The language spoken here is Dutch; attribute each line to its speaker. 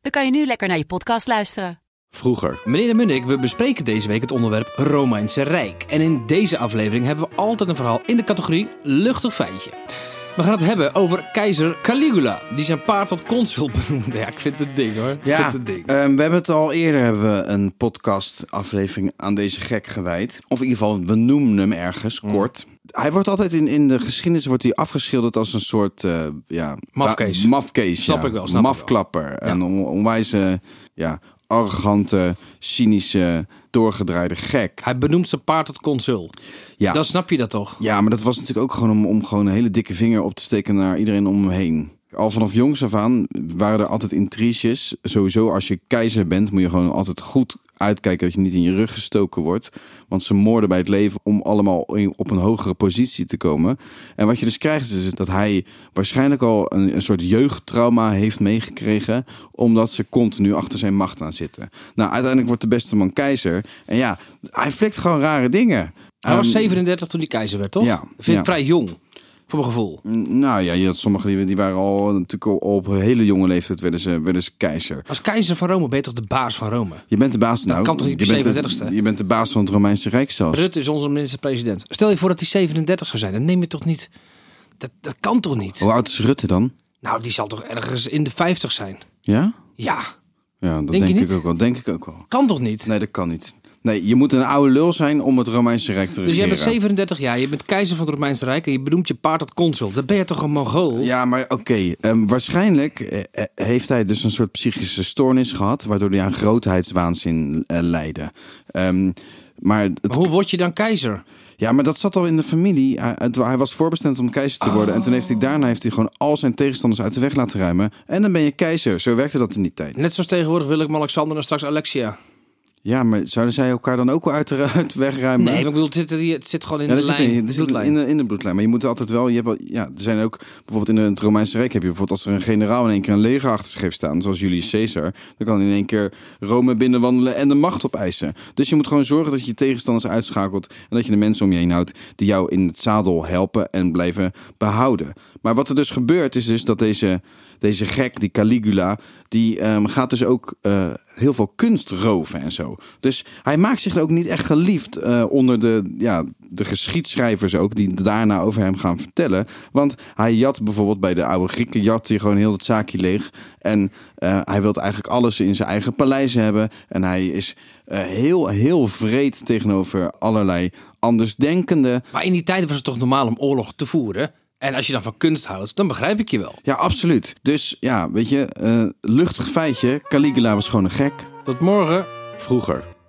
Speaker 1: dan kan je nu lekker naar je podcast luisteren.
Speaker 2: Vroeger.
Speaker 3: Meneer de Munnik, we bespreken deze week het onderwerp Romeinse Rijk. En in deze aflevering hebben we altijd een verhaal in de categorie luchtig feitje. We gaan het hebben over keizer Caligula, die zijn paard tot consul benoemde. Ja, ik vind het ding hoor. Ik vind het ding.
Speaker 2: ehm, we hebben het al eerder hebben we een podcast aflevering aan deze gek gewijd. Of in ieder geval, we noemen hem ergens,
Speaker 3: Hmm.
Speaker 2: kort. Hij wordt altijd in, in de geschiedenis wordt hij afgeschilderd als een soort... eh, ja,
Speaker 3: Mafkees.
Speaker 2: wa- Mafkees,
Speaker 3: Snap
Speaker 2: ja.
Speaker 3: ik wel, snap ik wel.
Speaker 2: Mafklapper. Een on- onwijze, ja, arrogante, cynische, doorgedraaide gek.
Speaker 3: Hij benoemt zijn paard tot consul.
Speaker 2: Ja.
Speaker 3: Dan snap je dat toch?
Speaker 2: Ja, maar dat was natuurlijk ook gewoon om, om gewoon een hele dikke vinger op te steken naar iedereen om hem heen. Al vanaf jongs af aan waren er altijd intriges. Sowieso, als je keizer bent, moet je gewoon altijd goed uitkijken dat je niet in je rug gestoken wordt. Want ze moorden bij het leven om allemaal in- op een hogere positie te komen. En wat je dus krijgt, is dat hij waarschijnlijk al een, een soort jeugdtrauma heeft meegekregen. Omdat ze continu achter zijn macht aan zitten. Nou, uiteindelijk wordt de beste man keizer. En ja, hij flikt gewoon rare dingen.
Speaker 3: Hij was
Speaker 2: Ehm,
Speaker 3: 37 toen hij keizer werd, toch?
Speaker 2: ja,
Speaker 3: Ik Vind
Speaker 2: ja.
Speaker 3: ik vrij jong, voor mijn gevoel.
Speaker 2: Nou ja, je had sommigen die, die waren al natuurlijk al op een hele jonge leeftijd werden ze, werden ze keizer.
Speaker 3: Als keizer van Rome ben je toch de baas van Rome?
Speaker 2: Je bent de baas nou.
Speaker 3: kan toch niet
Speaker 2: je
Speaker 3: de
Speaker 2: bent, de,
Speaker 3: 37e?
Speaker 2: je bent de baas van het Romeinse Rijk zelfs.
Speaker 3: Rutte is onze minister-president. Stel je voor dat hij 37 zou zijn, dan neem je toch niet... Dat, dat kan toch niet?
Speaker 2: Hoe oud is Rutte dan?
Speaker 3: Nou, die zal toch ergens in de 50 zijn?
Speaker 2: Ja?
Speaker 3: Ja,
Speaker 2: Ja, dat
Speaker 3: Denk
Speaker 2: denk,
Speaker 3: je
Speaker 2: ik
Speaker 3: niet?
Speaker 2: ook wel. Denk ik ook wel.
Speaker 3: kan toch niet?
Speaker 2: Nee, dat kan niet. Nee, je moet een oude lul zijn om het Romeinse Rijk te
Speaker 3: Dus jij
Speaker 2: regeren.
Speaker 3: bent 37 jaar, je bent keizer van het Romeinse Rijk en je benoemt je paard tot consul. Dan ben je toch een Mongool?
Speaker 2: Ja, maar oké. ehm, waarschijnlijk eh, eh, heeft hij dus een soort psychische stoornis gehad, waardoor hij aan grootheidswaanzin eh, leidde. Ehm, maar het
Speaker 3: Maar hoe word je dan keizer?
Speaker 2: Ja, maar dat zat al in de familie. Hij, het- hij was voorbestemd om keizer te worden. En toen heeft hij daarna heeft hij gewoon al zijn tegenstanders uit de weg laten ruimen. En dan ben je keizer. Zo werkte dat in die tijd.
Speaker 3: Net zoals tegenwoordig Willem-Alexander en straks Alexia.
Speaker 2: Ja, maar zouden zij elkaar dan ook wel uit de, uit de weg ruimen?
Speaker 3: Nee, maar ik bedoel, het zit, er hier- het zit gewoon in
Speaker 2: Ja,
Speaker 3: de
Speaker 2: dat zit
Speaker 3: lijn.
Speaker 2: in, dat zit
Speaker 3: bloedlijn.
Speaker 2: in, de, in de bloedlijn. Maar je moet er altijd wel. Je hebt, wel- ja, er zijn ook. Bijvoorbeeld in het Romeinse Rijk heb je bijvoorbeeld. Als er een generaal in één keer een leger achter zich heeft staan. Zoals Julius Caesar. Dan kan hij in één keer Rome binnenwandelen en de macht opeisen. Dus je moet gewoon zorgen dat je je tegenstanders uitschakelt. En dat je de mensen om je heen houdt. die jou in het zadel helpen en blijven behouden. Maar wat er dus gebeurt. is dus dat deze, deze gek, die Caligula. die ehm, gaat dus ook. eh, heel veel kunst roven en zo. Dus hij maakt zich ook niet echt geliefd eh, onder de, ja, de geschiedschrijvers ook... die daarna over hem gaan vertellen. Want hij jat bijvoorbeeld bij de oude Grieken... jat hij gewoon heel het zaakje leeg. En eh, hij wil eigenlijk alles in zijn eigen paleis hebben. En hij is eh, heel, heel vreed tegenover allerlei andersdenkenden.
Speaker 3: Maar in die tijd was het toch normaal om oorlog te voeren? En als je dan van kunst houdt, dan begrijp ik je wel.
Speaker 2: Ja, absoluut. Dus ja, weet je, eh, luchtig feitje. Caligula was gewoon een gek.
Speaker 3: Tot morgen.
Speaker 2: Vroeger.